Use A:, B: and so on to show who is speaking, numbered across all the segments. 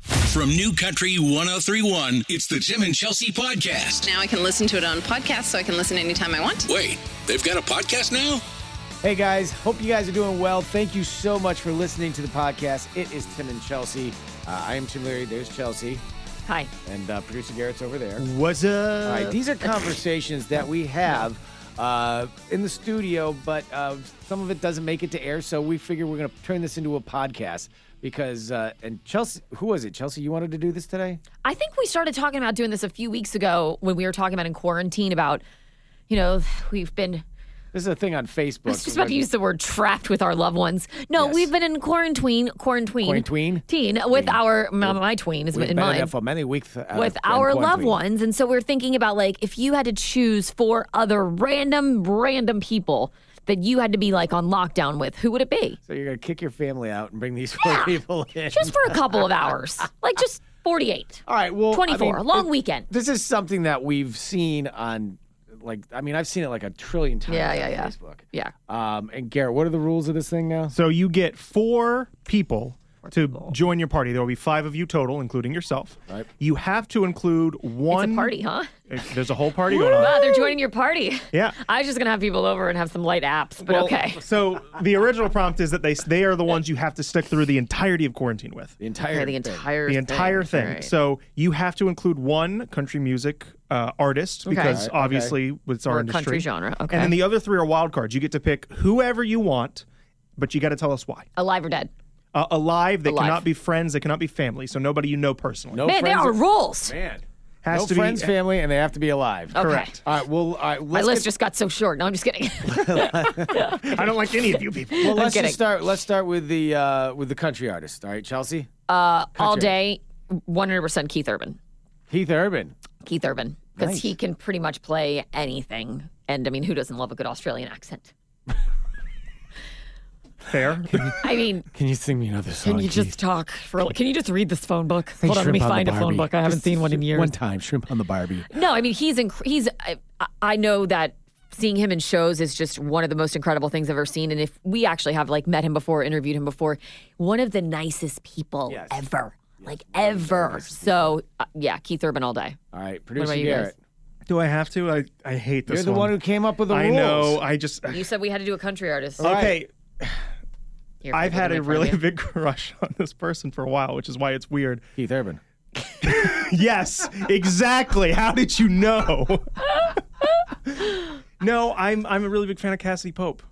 A: From New Country 1031, it's the Tim and Chelsea Podcast.
B: Now I can listen to it on podcast, so I can listen anytime I want.
A: Wait, they've got a podcast now?
C: Hey guys, hope you guys are doing well. Thank you so much for listening to the podcast. It is Tim and Chelsea. Uh, I am Tim Leary. There's Chelsea,
D: Hi.
C: and uh, producer Garrett's over there.
E: What's up?
C: All right, these are conversations that we have uh, in the studio, but uh, some of it doesn't make it to air. So we figure we're going to turn this into a podcast because. Uh, and Chelsea, who was it? Chelsea, you wanted to do this today?
D: I think we started talking about doing this a few weeks ago when we were talking about in quarantine about, you know, we've been.
C: This is a thing on Facebook.
D: I was just about to use the word trapped with our loved ones. No,
C: Yes.
D: we've been in quarantine, quarantine,
C: Quarantine?
D: teen with our my, my tween is
C: We've
D: in
C: been
D: mine
C: there for many weeks uh,
D: with
C: in
D: our loved
C: quarantine.
D: ones, and so we're thinking about like if you had to choose four other random random people that you had to be like on lockdown with, who would it be?
C: So you're going to kick your family out and bring these four people in.
D: Just for a couple of hours, like just forty-eight.
C: All right, well, I
D: 24,
C: mean,
D: long
C: it-
D: weekend.
C: This is something that we've seen on, like, I mean, I've seen it like a trillion times.
D: Yeah,
C: on
D: yeah, yeah.
C: Facebook.
D: Yeah.
C: Um, and Garrett, what are the rules of this thing now?
E: So you get four people to join your party. There will be five of you total, including yourself.
C: Right.
E: You have to include one
D: It's a party, huh?
E: Uh, There's a whole party going on.
D: Wow, they're joining your party.
E: Yeah.
D: I was just gonna have people over and have some light apps, but
C: Well,
D: okay.
E: So the original prompt is that they they are the ones you have to stick through the entirety of quarantine with.
C: The entire.
D: the
C: thing.
D: entire
E: The entire thing.
D: Right.
E: So you have to include one country music uh, artist because
C: Alright, okay.
E: obviously it's our
D: Or
E: industry.
D: country genre, okay.
E: And then the other three are wild cards. You get to pick whoever you want, but you got to tell us why.
D: alive or dead.
E: Uh, alive, they
D: Alive.
E: cannot be friends, they cannot be family. So nobody you know personally.
C: No
D: Man, there
C: friends,
D: are rules.
C: Man.
E: Has
C: no
E: to be-
C: friends, family, and they have to be alive.
D: Okay.
E: Correct.
C: All right, well, all right,
D: My
C: let's,
D: list
C: get-
D: just got so short. No, I'm just kidding.
E: I don't like any of you people.
C: well, let's
D: kidding.
C: just start. Let's start with the uh, with the country artist. All right, Chelsea,
D: All day, 100% Keith Urban.
C: Keith Urban.
D: Keith Urban, because
C: Nice.
D: he can pretty much play anything. And I mean, who doesn't love a good Australian accent?
E: Fair.
D: I mean,
C: Can you sing me another song?
D: can you just talk for? Can you just read this phone book? Hold on, let
C: shrimp
D: me
C: on the
D: find a phone
C: Barbie.
D: book. I haven't
C: Just
D: seen one in years.
C: One time, shrimp on the Barbie.
D: No, I mean he's inc- he's. I, I know that seeing him in shows is just one of the most incredible things I've ever seen. And if we actually have like met him before, interviewed him before, one of the nicest people
C: Yes.
D: ever, like ever. So uh, yeah, Keith Urban all day.
C: All right, producer
D: you guys?
C: Garrett.
E: Do I have to? I, I hate this
C: You're the one who came up with the
E: I
C: rules.
E: know. I just.
D: You said we had to do a country artist.
E: Okay.
D: Here,
E: Uh, I've
D: put
E: had
D: them
E: a
D: in front of
E: really
D: you.
E: big crush on this person for a while, which is why it's weird.
C: Keith Urban.
E: Yes, exactly. How did you know? no, I'm I'm a really big fan of Cassidy Pope.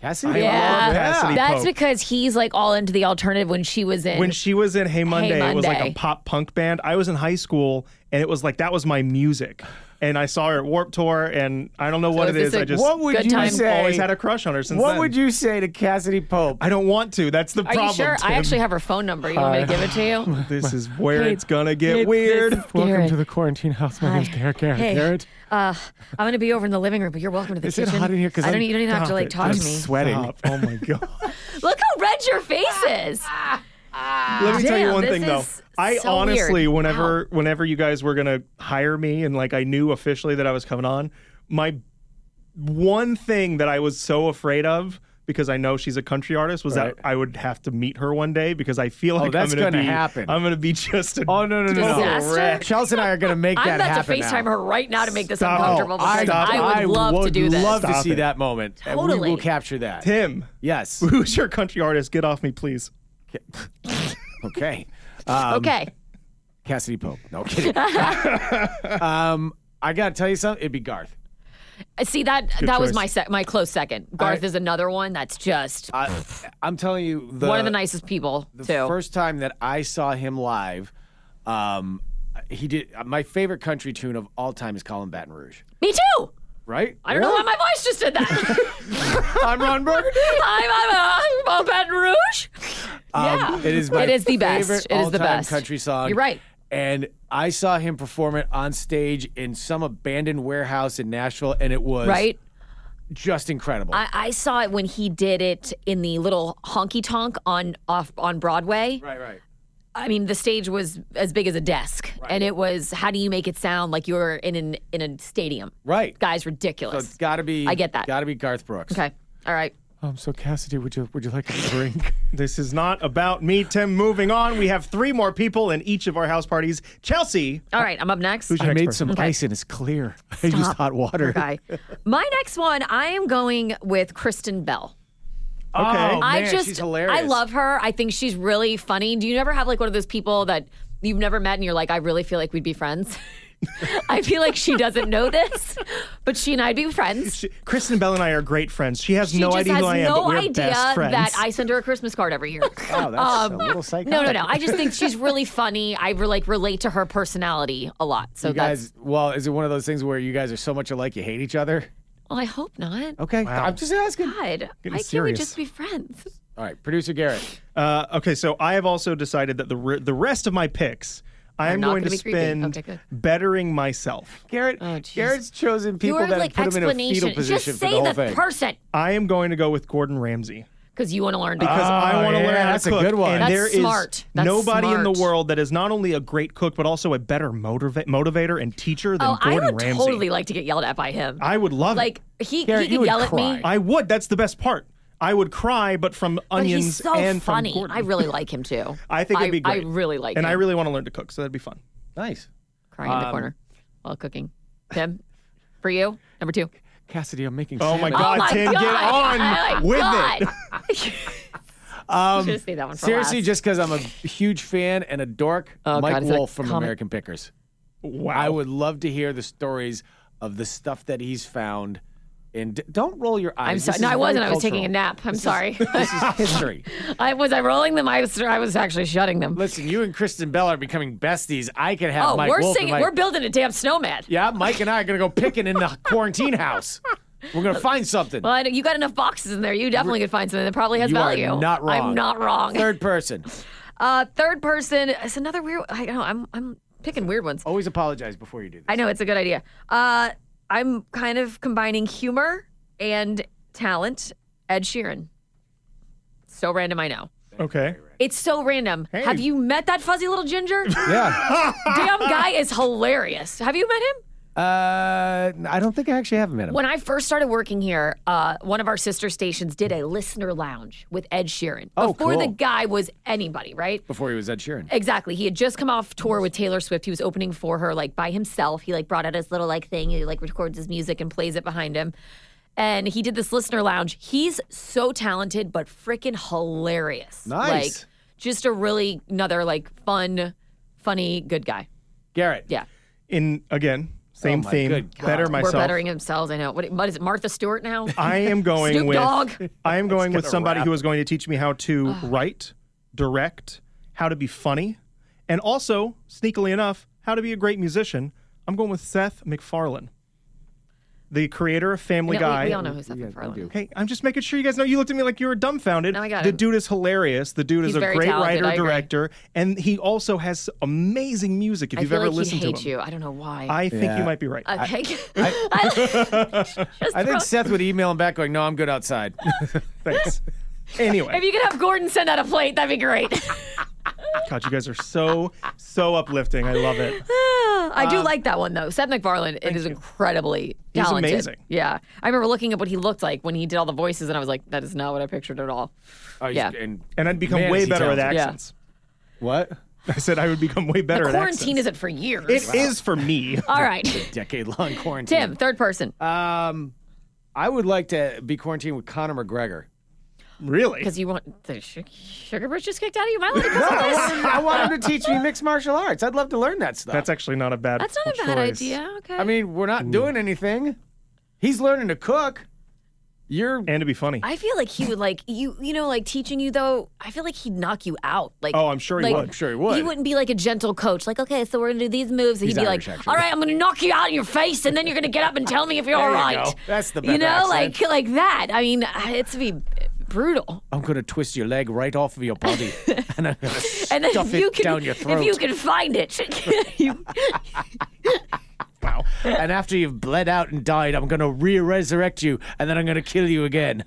C: Cassidy.
E: love
D: Yeah,
E: Cassidy
D: that's
E: Pope.
D: because he's like all into the alternative when she was in.
E: When she was in Hey Monday, it was like a
D: Monday.
E: pop punk band. I was in high school, and it was like that was my music. And I saw her at Warp Tour, and I don't know what
D: is
E: it
D: this
E: is.
D: a-
E: I just
C: What would
D: Good
C: you
D: time.
C: say?
E: always had a crush on her since
C: what
E: then.
C: would you say to Cassidy Pope?
E: I don't want to. That's the
D: Are
E: problem.
D: you sure? I
E: Tim.
D: actually have her phone number. You want me to give it to you?
E: This is where
D: Hey,
E: it's gonna get
D: hey,
E: weird.
D: this is Garrett.
C: the quarantine house. My
D: Hi. name's Garrett, Garrett, Hey. Garrett. Uh, I'm gonna be over in the living room, but you're welcome to the
C: Is it
D: kitchen.
C: hot in here? 'Cause
D: I don't. e,
C: I'm-
D: You don't even have to
E: Stop
D: like
E: it.
D: talk to
E: Just
D: me.
C: sweating.
E: Stop. Oh my god.
D: Look how red your face is.
E: Let me tell you
D: Damn,
E: one
D: this
E: thing though.
D: is
E: I
D: so
E: honestly,
D: weird.
E: whenever whenever you guys were gonna hire me and like I knew officially that I was coming on, my one thing that I was so afraid of because I know she's a country artist was
C: Right. Oh,
E: that I would have to meet her one day because I feel like
C: that's
E: I'm gonna,
C: gonna
E: be,
C: happen.
E: I'm gonna be just a
C: Oh no no no!
D: Disaster?
C: no. Chelsea and I are going to make
D: I'm
C: that
D: about to
C: happen.
D: FaceTime
C: now.
D: her right now to make this
E: Stop.
D: uncomfortable.
E: Oh,
D: because
E: stop.
D: I would
E: I
D: love to
C: would
D: do this.
C: Love to
E: Stop
C: see
E: it.
C: that moment. And we
D: Totally.
C: will capture that.
E: Tim.
C: Yes.
E: Who's your country artist? Get off me, please.
C: okay. Um,
D: okay.
C: Cassidy Pope. No kidding. um, I got to tell you something. It'd be Garth.
D: Uh, See that that was
E: choice.
D: my sec- my close second. Garth is another one that's just
C: I, I'm telling you, the,
D: one of the nicest people
C: Uh, the
D: too.
C: first time that I saw him live, um, he did my favorite country tune of all time is Colin Baton Rouge.
D: Me too.
C: Right?
D: I don't know why my voice just did that.
C: I'm Ron Burgundy.
D: I'm I'm, uh, I'm on Baton Rouge. yeah,
C: Um, It is my
D: it is the best.
C: favorite
D: It is
C: all-time
D: the best
C: country song.
D: You're right.
C: And I saw him perform it on stage in some abandoned warehouse in Nashville, and it was
D: Right.
C: just incredible.
D: I, I saw it when he did it in the little honky tonk on off on Broadway.
C: right, right.
D: I mean, the stage was as big as a desk, and it was how do you make it sound like you're in an in a stadium?
C: Right.
D: Guys,
C: So
D: ridiculous.
C: it's got to be.
D: I get that.
C: Got to be Garth Brooks.
D: okay, all right.
C: Um, so Cassidy, would you would you like a drink?
E: This is not about me, Tim. Moving on, we have three more people in each of our house parties. Chelsea,
D: All right, I'm up next.
E: Who's your
C: I
E: next
C: made
E: person?
C: some ice and it's clear. I used
D: Stop.
C: hot water.
D: Okay. My next one, I am going with Kristen Bell.
E: Okay.
D: I
C: Oh, man,
D: just,
C: she's hilarious.
D: I love her. I think she's really funny. Do you never have like one of those people that you've never met and you're like, I really feel like we'd be friends? I feel like she doesn't know this, but she and I'd be friends.
E: She- Kristen Bell and I are great friends. She has
D: She
E: no
D: just
E: idea
D: has
E: who I am,
D: no
E: but we're
D: idea
E: best friends.
D: that I send her a Christmas card every year. Um,
C: Oh, that's a little psychotic.
D: no, no, no. I just think she's really funny. I re- like relate to her personality a lot. So
C: You
D: that's.
C: guys, well, is it one of those things where you guys are so much alike you hate each other?
D: Well, I hope not.
C: Okay, I'm just asking.
D: God, why can't we
E: serious.
D: just be friends?
C: All right, producer Garrett.
E: Uh, okay, so I have also decided that the re- the rest of my picks, I am
D: not
E: going to
D: gonna be creepy.
E: spend
D: Okay, good.
E: bettering myself.
C: Garrett,
D: Oh, jeez.
C: Garrett's chosen people
D: Your
C: that
D: like
C: have put him in a
D: explanation.
C: fetal position
D: just
C: for
D: say
C: the whole
D: the
C: thing.
D: person
E: I am going to go with Gordon Ramsay
D: because you want to learn.
E: because I want to
C: Oh, yeah,
E: learn how
C: that's a
E: to cook.
C: good one.
E: And
D: That's
E: there is
D: smart. That's
E: nobody in the
D: smart.
E: world that is not only a great cook but also a better motiva- motivator and teacher than
D: oh, I
E: Gordon
D: would
E: Ramsay.
D: totally like to get yelled at by him.
E: I would love
D: like
E: it.
D: he
C: Garrett,
D: he
C: you
D: could
C: would
D: yell at
C: cry.
D: me.
E: I would. That's the best part. I would cry, but from
D: But
E: onions
D: he's so
E: and
D: funny.
E: from Gordon.
D: I really like him too.
E: I think it'd be
D: I,
E: great.
D: really like
E: and
D: him.
E: I really um, want to learn to cook, so that'd be fun.
C: Nice.
D: crying in the corner while cooking. Tim, for you, number two.
C: Cassidy, I'm making
E: Oh my
C: salmon.
E: God,
D: oh my
E: Tim,
D: God.
E: get on
D: Oh my
E: with
D: God.
E: it.
D: I
E: Um,
D: should have saved that one for
C: Seriously,
D: last.
C: just because I'm a huge fan and a dork,
D: Oh,
C: Mike
D: God, is that a
C: Wolf from
D: comment?
C: American Pickers.
E: Wow.
C: I would love to hear the stories of the stuff that he's found. And d- don't roll your eyes.
D: I'm
C: This
D: sorry.
C: is
D: No, I
C: very
D: wasn't. I was
C: cultural.
D: taking a nap. I'm sorry.
C: This is history.
D: I was I rolling them. I was I was actually shutting them.
C: Listen, you and Kristen Bell are becoming besties. I could have
D: oh,
C: Mike
D: we're
C: Wolf and
D: singing.
C: Mike-
D: We're building a damn snowman.
C: yeah, Mike and I are gonna go picking in the quarantine house. We're gonna find something.
D: Well, I know you got enough boxes in there. You definitely could find something that probably has
C: you
D: value.
C: are not wrong.
D: I'm not wrong.
C: Third person.
D: Uh, third person. It's another weird. I don't know. I'm I'm picking weird ones.
C: Always apologize before you do this.
D: I know it's a good idea. Uh, I'm kind of combining humor and talent. Ed Sheeran. So random, I know.
E: Okay.
D: It's so random.
E: Hey.
D: Have you met that fuzzy little ginger?
C: Yeah.
D: Damn guy is hilarious. Have you met him?
C: uh, I don't think I actually have met him.
D: When I first started working here, uh, one of our sister stations did a listener lounge with Ed Sheeran.
C: Oh,
D: before the
C: cool.
D: guy was anybody, right?
C: Before he was Ed Sheeran.
D: Exactly. He had just come off tour with Taylor Swift. He was opening for her like by himself. He like brought out his little like thing. He like records his music and plays it behind him. And he did this listener lounge. He's so talented, but freaking hilarious.
C: Nice.
D: Like just a really another like fun, funny, good guy.
C: Garrett.
D: Yeah.
E: In again, same
C: Oh my
E: theme.
C: good God.
E: Better
D: We're
E: myself.
D: bettering themselves. I know. What, what is it? Martha Stewart now?
E: I am going
D: Snoop
E: with
D: Dogg.
E: I am going with
C: gonna
E: somebody
C: wrap.
E: who is going to teach me how to write, direct, how to be funny, and also, sneakily enough, how to be a great musician. I'm going with Seth MacFarlane, the creator of Family
D: No, we-
E: Guy.
D: We, all know who Seth MacFarlane is.
E: Hey, I'm just making sure you guys know. You looked at me like you were dumbfounded.
D: No, I got
E: the
D: it.
E: dude is hilarious. The dude
D: He's
E: is a
D: very
E: great
D: talented, I
E: writer,
D: agree.
E: director, and he also has amazing music. If
D: I
E: you've
D: feel
E: ever
D: like he'd
E: listened to him,
D: hate you. Uh, I don't know why.
E: I think
C: Yeah.
E: you might be right.
D: okay.
C: I think Seth would email him back going, no, I'm good outside.
E: Thanks.
D: if
E: anyway,
D: you could have Gordon send out a plate, that'd be great.
E: God, you guys are so so uplifting. I love it.
D: I do like that one though. Seth MacFarlane it is incredibly
E: Um, He's
D: talented.
E: amazing.
D: Yeah, I remember looking up what he looked like when he did all the voices, and I was like, that is not what I pictured at all.
C: Oh, he's-
D: Yeah.
C: And,
E: And I'd become
C: Man,
E: way
C: is he
E: better at
C: talented.
D: Yeah.
E: accents.
C: what?
E: I said I would become way better at
D: Quarantine
E: accents.
D: isn't for years.
E: It is for me.
D: all right,
C: Decade long quarantine.
D: Tim, third person,
E: Uh,
C: Um, I would like to be quarantined with Conor McGregor.
E: really?
D: because you want the sh- sugar bridge just kicked out of you. Am I allowed to cuss on
C: I
D: this?
C: want, him, I want him to teach me mixed martial arts. I'd love to learn that stuff.
E: That's actually not a bad
D: That's not a bad
E: choice.
D: idea. Okay.
C: I mean, we're not doing anything. He's learning to cook. You're
E: And to be funny.
D: I feel like he would like you, you know, like teaching you though. I feel like he'd knock you out. Like,
E: Oh, I'm sure he
D: like,
E: would. I'm
C: sure he would.
D: He wouldn't be like a gentle coach. Like, okay, so we're gonna do these moves. And
C: He's
D: he'd be
C: Irish,
D: like,
C: actually.
D: all right, I'm gonna knock you out in your face, and then you're gonna get up and tell me if you're all
C: you
D: right.
C: go. That's the better
D: You know,
C: accent.
D: like like that. I mean, I- it's be brutal.
C: I'm gonna twist your leg right off of your body, and I'm gonna
D: And then
C: stuff
D: if you
C: it
D: can,
C: down your throat.
D: if you can find it, you,
E: wow.
C: and after you've bled out and died, I'm gonna re-resurrect you, and then I'm gonna kill you again.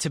F: To